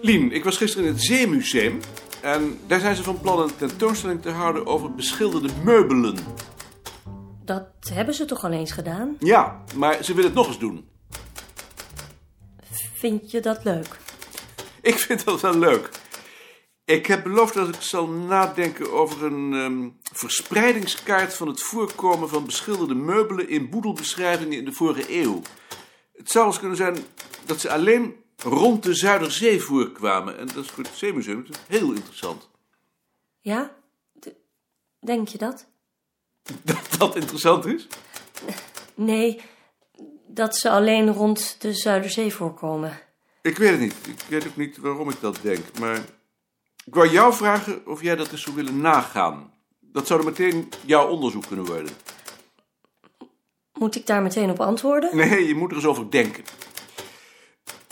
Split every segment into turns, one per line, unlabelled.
Lien, ik was gisteren in het Zeemuseum. En daar zijn ze van plan een tentoonstelling te houden over beschilderde meubelen.
Dat hebben ze toch al eens gedaan?
Ja, maar ze willen het nog eens doen.
Vind je dat leuk?
Ik vind dat wel leuk. Ik heb beloofd dat ik zal nadenken over een ehm, verspreidingskaart van het voorkomen van beschilderde meubelen in boedelbeschrijvingen in de vorige eeuw. Het zou eens kunnen zijn dat ze alleen rond de Zuiderzee voorkwamen. En dat is voor het Zeemuseum heel interessant.
Ja? D- Denk je dat?
Dat dat interessant is?
Nee, dat ze alleen rond de Zuiderzee voorkomen.
Ik weet het niet. Ik weet ook niet waarom ik dat denk. Maar ik wou jou vragen of jij dat eens zou willen nagaan. Dat zou dan meteen jouw onderzoek kunnen worden.
Moet ik daar meteen op antwoorden?
Nee, je moet er eens over denken.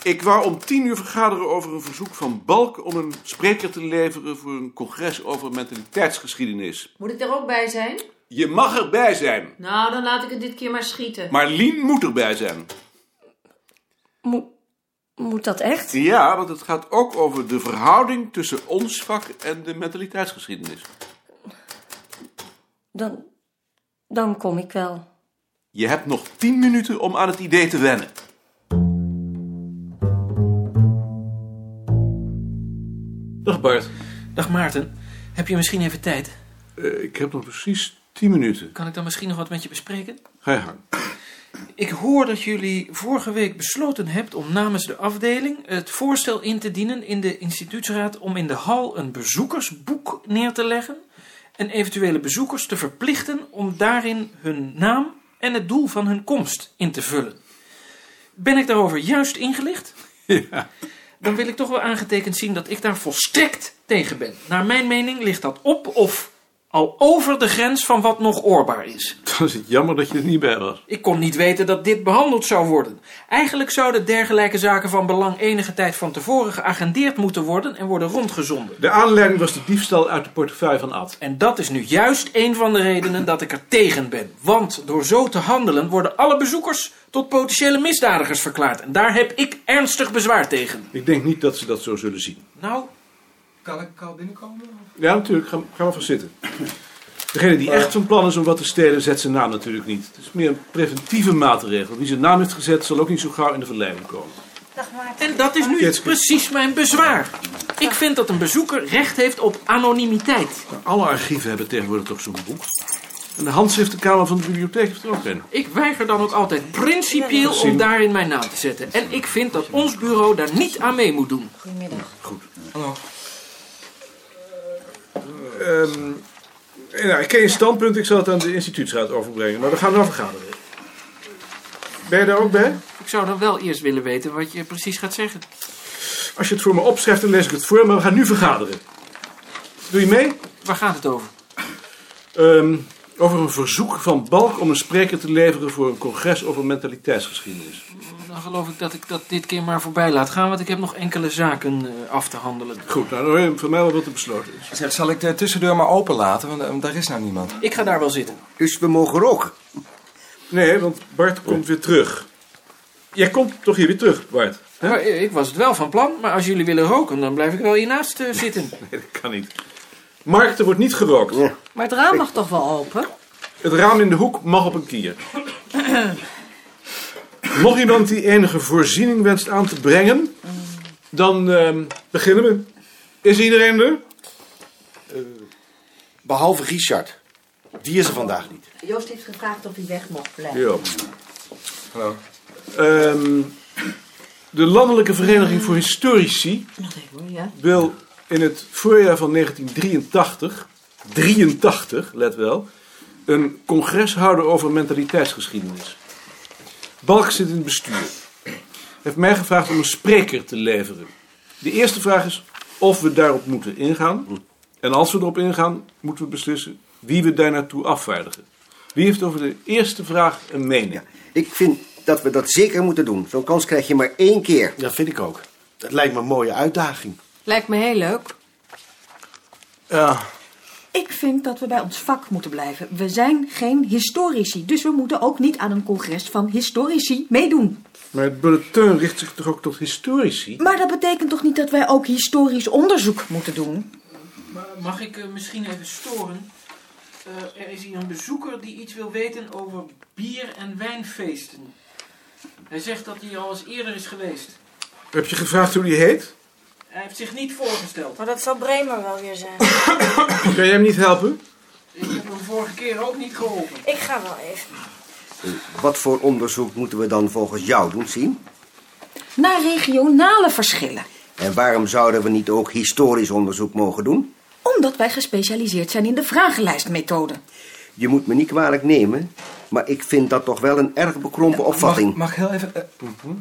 Ik wou om tien uur vergaderen over een verzoek van Balk om een spreker te leveren voor een congres over mentaliteitsgeschiedenis.
Moet ik er ook bij zijn?
Je mag erbij zijn,
Nou, dan laat ik het dit keer maar schieten.
maar Lien moet erbij zijn.
Mo- moet dat echt?
Ja, want het gaat ook over de verhouding tussen ons vak en de mentaliteitsgeschiedenis.
Dan, dan kom ik wel.
Je hebt nog tien minuten om aan het idee te wennen. Dag Bart.
Dag Maarten, heb je misschien even tijd?
Eh, ik heb nog precies tien minuten.
Kan ik dan misschien nog wat met je bespreken?
Ga je gang.
Ik hoor dat jullie vorige week besloten hebt om namens de afdeling het voorstel in te dienen in de instituutsraad om in de hal een bezoekersboek neer te leggen en eventuele bezoekers te verplichten om daarin hun naam en het doel van hun komst in te vullen. Ben ik daarover juist ingelicht?
Ja.
Dan wil ik toch wel aangetekend zien dat ik daar volstrekt tegen ben. Naar mijn mening ligt dat op of al over de grens van wat nog oorbaar is.
Dan is het jammer dat je er niet bij was.
Ik kon niet weten dat dit behandeld zou worden. Eigenlijk zouden dergelijke zaken van belang enige tijd van tevoren geagendeerd moeten worden en worden rondgezonden.
De aanleiding was de diefstal uit de portefeuille van Ad.
En dat is nu juist een van de redenen dat ik er tegen ben. Want door zo te handelen worden alle bezoekers tot potentiële misdadigers verklaard. En daar heb ik ernstig bezwaar tegen.
Ik denk niet dat ze dat zo zullen zien.
Nou,
Kan ik al binnenkomen?
Ja, natuurlijk. Ga, ga maar van zitten. Degene die echt van plan is om wat te stelen, zet zijn naam natuurlijk niet. Het is meer een preventieve maatregel. Wie zijn naam heeft gezet, zal ook niet zo gauw in de verleiding komen.
en dat is nu
Ketske.
precies mijn bezwaar. Ik vind dat een bezoeker recht heeft op anonimiteit.
Alle archieven hebben tegenwoordig toch zo'n boek. En de handschriftenkamer van de bibliotheek heeft er ook een.
Ik weiger dan ook altijd principieel om daarin mijn naam te zetten. En ik vind dat ons bureau daar niet aan mee moet doen.
nou, ik ken je Ehm, standpunt. Ik zal het aan de instituutsraad overbrengen. Maar we gaan wel vergaderen. Ben je daar ook bij?
Ik zou dan wel eerst willen weten wat je precies gaat zeggen.
Als je het voor me opschrijft, dan lees ik het voor. Maar we gaan nu vergaderen. Doe je mee?
Waar gaat het over?
Ehm, over een verzoek van Balk om een spreker te leveren voor een congres over mentaliteitsgeschiedenis.
Dan geloof ik dat ik dat dit keer maar voorbij laat gaan, want ik heb nog enkele zaken eh, af te handelen.
Goed, nou dan hoor je van mij wel wat er besloten is.
Zeg, zal ik de tussendeur maar openlaten, want eh, daar is nou niemand.
Ik ga daar wel zitten.
Dus we mogen roken.
Nee, want Bart komt weer terug. Jij komt toch hier weer terug, Bart?
Maar, eh, ik was het wel van plan, maar als jullie willen roken, dan blijf ik wel hiernaast eh, zitten.
Nee, dat kan niet. Mark, er wordt niet gerookt.
Maar het raam mag toch wel open?
Het raam in de hoek mag op een kier. Nog iemand die enige voorziening wenst aan te brengen? Dan ehm, beginnen we. Is iedereen er?
Behalve Richard. Die is er vandaag niet.
Joost heeft gevraagd of hij weg mocht blijven.
Ja.
Hallo.
Ehm, de Landelijke Vereniging voor Historici
Nog even hoor, ja.
wil in het voorjaar van 1983, 83, let wel, een congres houden over mentaliteitsgeschiedenis. Balk zit in het bestuur. Hij heeft mij gevraagd om een spreker te leveren. De eerste vraag is of we daarop moeten ingaan. En als we erop ingaan, moeten we beslissen wie we daar naartoe afvaardigen. Wie heeft over de eerste vraag een mening?
Ik vind dat we dat zeker moeten doen. Zo'n kans krijg je maar één keer.
Dat vind ik ook. Dat lijkt me een mooie uitdaging.
Lijkt me heel leuk.
Ja.
Ik vind dat we bij ons vak moeten blijven. We zijn geen historici, dus we moeten ook niet aan een congres van historici meedoen.
Maar het bulletin richt zich toch ook tot historici?
Maar dat betekent toch niet dat wij ook historisch onderzoek moeten doen?
Maar Mag ik eh, misschien even storen? Eh, er is hier een bezoeker die iets wil weten over bier- en wijnfeesten. Hij zegt dat hij al eens eerder is geweest.
Heb je gevraagd hoe die heet?
Hij heeft zich niet voorgesteld.
Maar dat zal Bremer wel weer zijn.
Kan jij hem niet helpen?
Ik heb hem vorige keer ook niet geholpen.
Ik ga wel even.
Wat voor onderzoek moeten we dan volgens jou doen, zien?
Naar regionale verschillen.
En waarom zouden we niet ook historisch onderzoek mogen doen?
Omdat wij gespecialiseerd zijn in de vragenlijstmethode.
Je moet me niet kwalijk nemen, maar ik vind dat toch wel een erg bekrompen opvatting.
Mag, mag ik heel even... eh,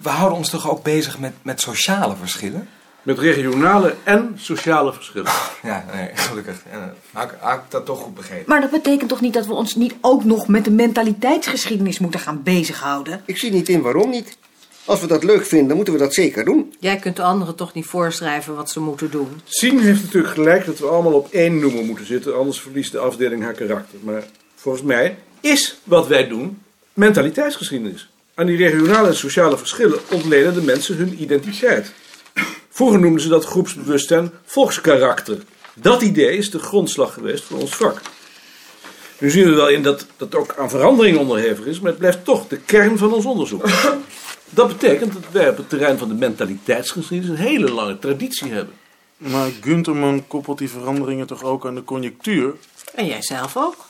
we houden ons toch ook bezig met, met sociale verschillen?
Met regionale en sociale verschillen.
Ja, nee, gelukkig. Ja, had, ik- had ik dat toch goed begrepen?
Maar dat betekent toch niet dat we ons niet ook nog met de mentaliteitsgeschiedenis moeten gaan bezighouden?
Ik zie niet in waarom niet. Als we dat leuk vinden, moeten we dat zeker doen.
Jij kunt de anderen toch niet voorschrijven wat ze moeten doen?
Sien heeft natuurlijk gelijk dat we allemaal op één noemer moeten zitten, anders verliest de afdeling haar karakter. Maar volgens mij is wat wij doen mentaliteitsgeschiedenis. Aan die regionale en sociale verschillen ontlenen de mensen hun identiteit. Vroeger noemden ze dat groepsbewustzijn volkskarakter. Dat idee is de grondslag geweest van ons vak. Nu zien we wel in dat dat ook aan verandering onderhevig is, maar het blijft toch de kern van ons onderzoek. Dat betekent dat wij op het terrein van de mentaliteitsgeschiedenis een hele lange traditie hebben.
Maar Gunterman koppelt die veranderingen toch ook aan de conjectuur?
En jij zelf ook.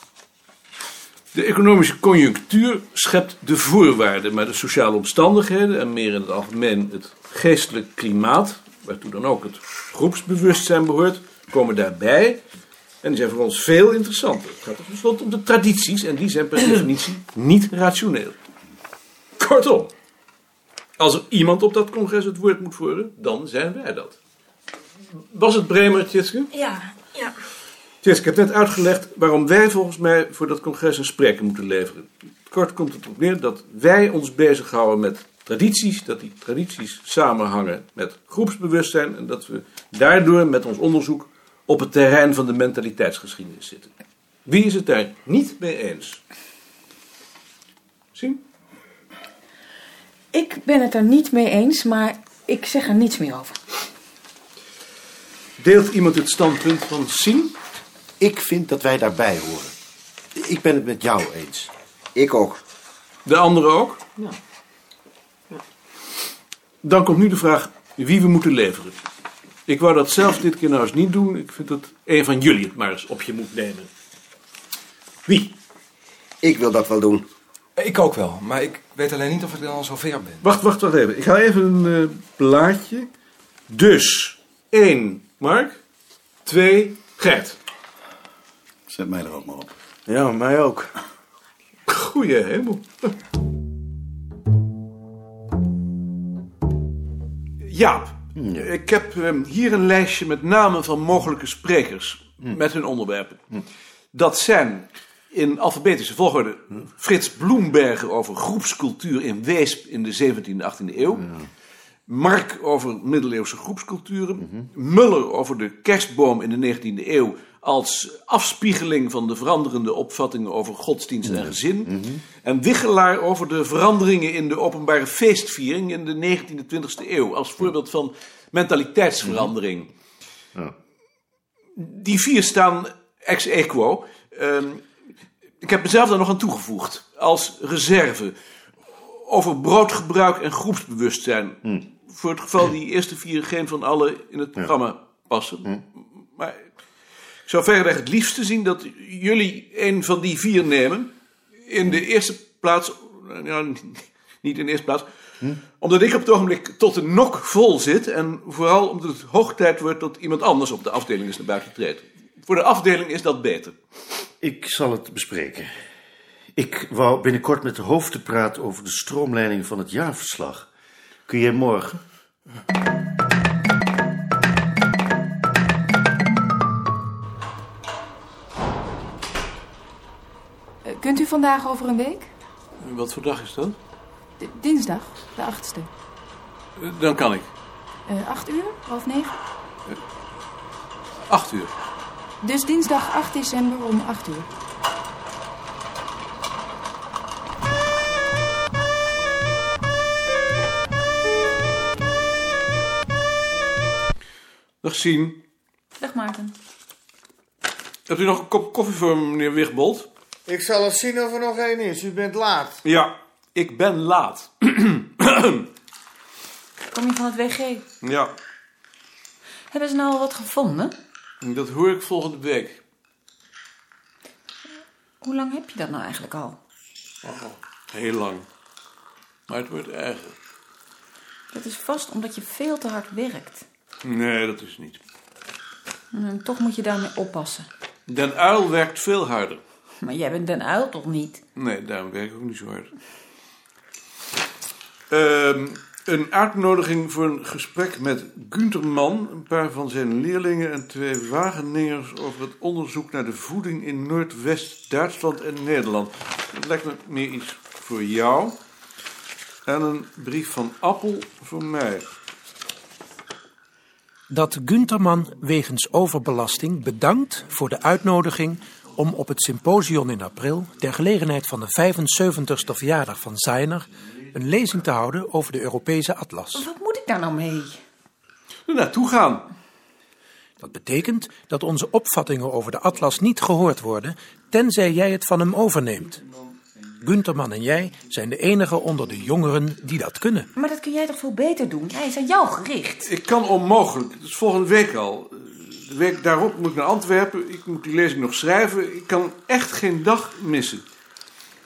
De economische conjunctuur schept de voorwaarden, maar de sociale omstandigheden en meer in het algemeen het geestelijk klimaat, waartoe dan ook het groepsbewustzijn behoort, komen daarbij en die zijn voor ons veel interessanter. Het gaat tenslotte om de tradities en die zijn per definitie niet rationeel. Kortom, als er iemand op dat congres het woord moet voeren, dan zijn wij dat. Was het Bremer, Tjitske?
Ja, ja.
Tjits, ik heb net uitgelegd waarom wij volgens mij voor dat congres een spreker moeten leveren. Kort komt het op neer dat wij ons bezighouden met tradities, dat die tradities samenhangen met groepsbewustzijn en dat we daardoor met ons onderzoek op het terrein van de mentaliteitsgeschiedenis zitten. Wie is het daar niet mee eens? Zien?
Ik ben het er niet mee eens, maar ik zeg er niets meer over.
Deelt iemand het standpunt van Sien?
Ik vind dat wij daarbij horen. Ik ben het met jou eens.
Ik ook.
De andere ook? Dan komt nu de vraag wie we moeten leveren. Ik wou dat zelf dit keer nou eens niet doen. Ik vind dat een van jullie het maar eens op je moet nemen. Wie?
Ik wil dat wel doen.
Ik ook wel, maar ik weet alleen niet of ik dan al zover ben.
Wacht, wacht, wacht even. Ik haal even een eh, blaadje. Dus, één, Mark. Twee, Gert.
Zet mij er ook maar op.
Ja, mij ook.
Goeie hemel. Jaap, ik heb ehm, hier een lijstje met namen van mogelijke sprekers met hun onderwerpen. Dat zijn in alfabetische volgorde Frits Bloemberger over groepscultuur in Weesp in de 17e 18e eeuw. Mark over middeleeuwse groepsculturen. Muller over de kerstboom in de 19e eeuw als afspiegeling van de veranderende opvattingen over godsdienst en gezin. En Wichelaar over de veranderingen in de openbare feestviering in de 19e 20e eeuw als voorbeeld van mentaliteitsverandering. Die vier staan ex equo. Ehm, ik heb mezelf daar nog aan toegevoegd als reserve over broodgebruik en groepsbewustzijn. Voor het geval die eerste vier geen van alle in het programma passen. Maar ik zou verreweg het liefste zien dat jullie een van die vier nemen. In de eerste plaats, ja, n- niet in de eerste plaats, omdat ik op het ogenblik tot de nok vol zit. En vooral omdat het hoog tijd wordt dat iemand anders op de afdeling is naar buiten treedt. Voor de afdeling is dat beter.
Ik zal het bespreken. Ik wou binnenkort met de hoofden praten over de stroomleiding van het jaarverslag. Kun jij morgen?
kunt u vandaag over een week?
Wat voor dag is dat?
dinsdag, de achtste. Eh,
Dan kan ik.
acht uur? Half negen?
Acht uur.
Dus dinsdag 8 december om 8 uur.
Dag zien.
Dag Maarten.
Hebt u nog een kop koffie voor me, meneer Wigbold?
Ik zal eens zien of er nog één is. U bent laat.
Ja, ik ben laat.
Kom je van het WG?
ja,
Hebben ze nou al wat gevonden?
dat hoor ik volgende week.
Hoe lang heb je dat nou eigenlijk al?
Heel lang. Maar het wordt erger.
Dat is vast omdat je veel te hard werkt.
Nee, dat is niet.
En toch moet je daarmee oppassen.
Den Uil werkt veel harder.
Maar jij bent Den Uil toch niet?
Nee, daarom werk ik ook niet zo hard. Ehm, een uitnodiging voor een gesprek met Gunther Mann, een paar van zijn leerlingen en twee Wageningers over het onderzoek naar de voeding in Noordwest-Duitsland en Nederland. Dat lijkt me meer iets voor jou. En een brief van Appel voor mij.
dat Gunterman wegens overbelasting bedankt voor de uitnodiging om op het symposium in april, ter gelegenheid van de 75ste verjaardag van Zeiner, een lezing te houden over de Europese atlas.
Wat moet ik daar nou mee?
Er naartoe gaan.
Dat betekent dat onze opvattingen over de atlas niet gehoord worden, tenzij jij het van hem overneemt. Gunterman en jij zijn de enigen onder de jongeren die dat kunnen.
Maar dat kun jij toch veel beter doen? Hij is aan jou gericht.
Ik kan onmogelijk. Het is volgende week al. De week daarop moet ik naar Antwerpen. Ik moet die lezing nog schrijven. Ik kan echt geen dag missen.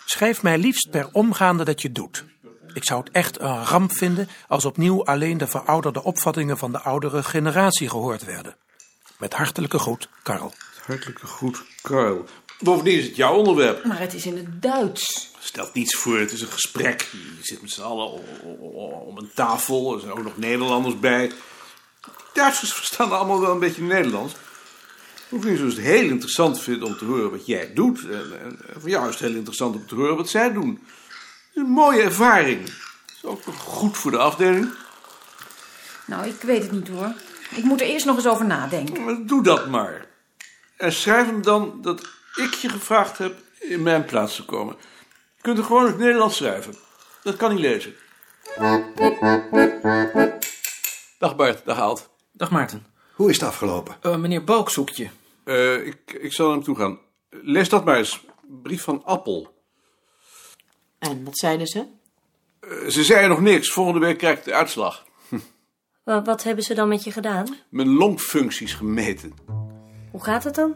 Schrijf mij liefst per omgaande dat je het doet. Ik zou het echt een ramp vinden als opnieuw alleen de verouderde opvattingen van de oudere generatie gehoord werden. Met hartelijke groet, Karl.
Hartelijke groet, Karl. Bovendien is het jouw onderwerp.
Maar het is in het Duits.
Stelt niets voor, het is een gesprek. Je zit met z'n allen o- o- o- om een tafel. Er zijn ook nog Nederlanders bij. Duitsers verstaan allemaal wel een beetje Nederlands. Bovendien zullen ze het dus heel interessant vinden om te horen wat jij doet. En, en, en voor jou is het heel interessant om te horen wat zij doen. Het is een mooie ervaring. Het is ook nog goed voor de afdeling.
Nou, ik weet het niet hoor. Ik moet er eerst nog eens over nadenken.
Maar Doe dat maar. En schrijf hem dan dat ik je gevraagd heb in mijn plaats te komen. Je kunt er gewoon in het Nederlands schrijven. Dat kan hij lezen. Dag Bart, dag Haalt.
Dag Maarten. Eh,
Hoe is het afgelopen?
meneer Balk zoekt je.
Eh, ik, ik zal naar hem toe gaan. Lees dat maar eens. Brief van Appel.
En wat zeiden ze?
Eh, ze zeiden nog niks. Volgende week krijg ik de uitslag.
Wa- Wat hebben ze dan met je gedaan?
Mijn longfuncties gemeten.
Hoe gaat het dan?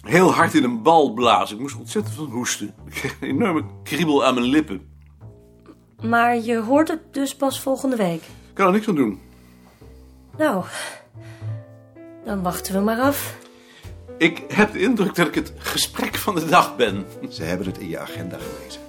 Heel hard in een bal blazen. Ik moest er ontzettend van hoesten. Ik kreeg een enorme kriebel aan mijn lippen.
Maar je hoort het dus pas volgende week.
Ik kan er niks aan doen.
Nou, dan wachten we maar af.
Ik heb de indruk dat ik het gesprek van de dag ben.
Ze hebben het in je agenda gelezen.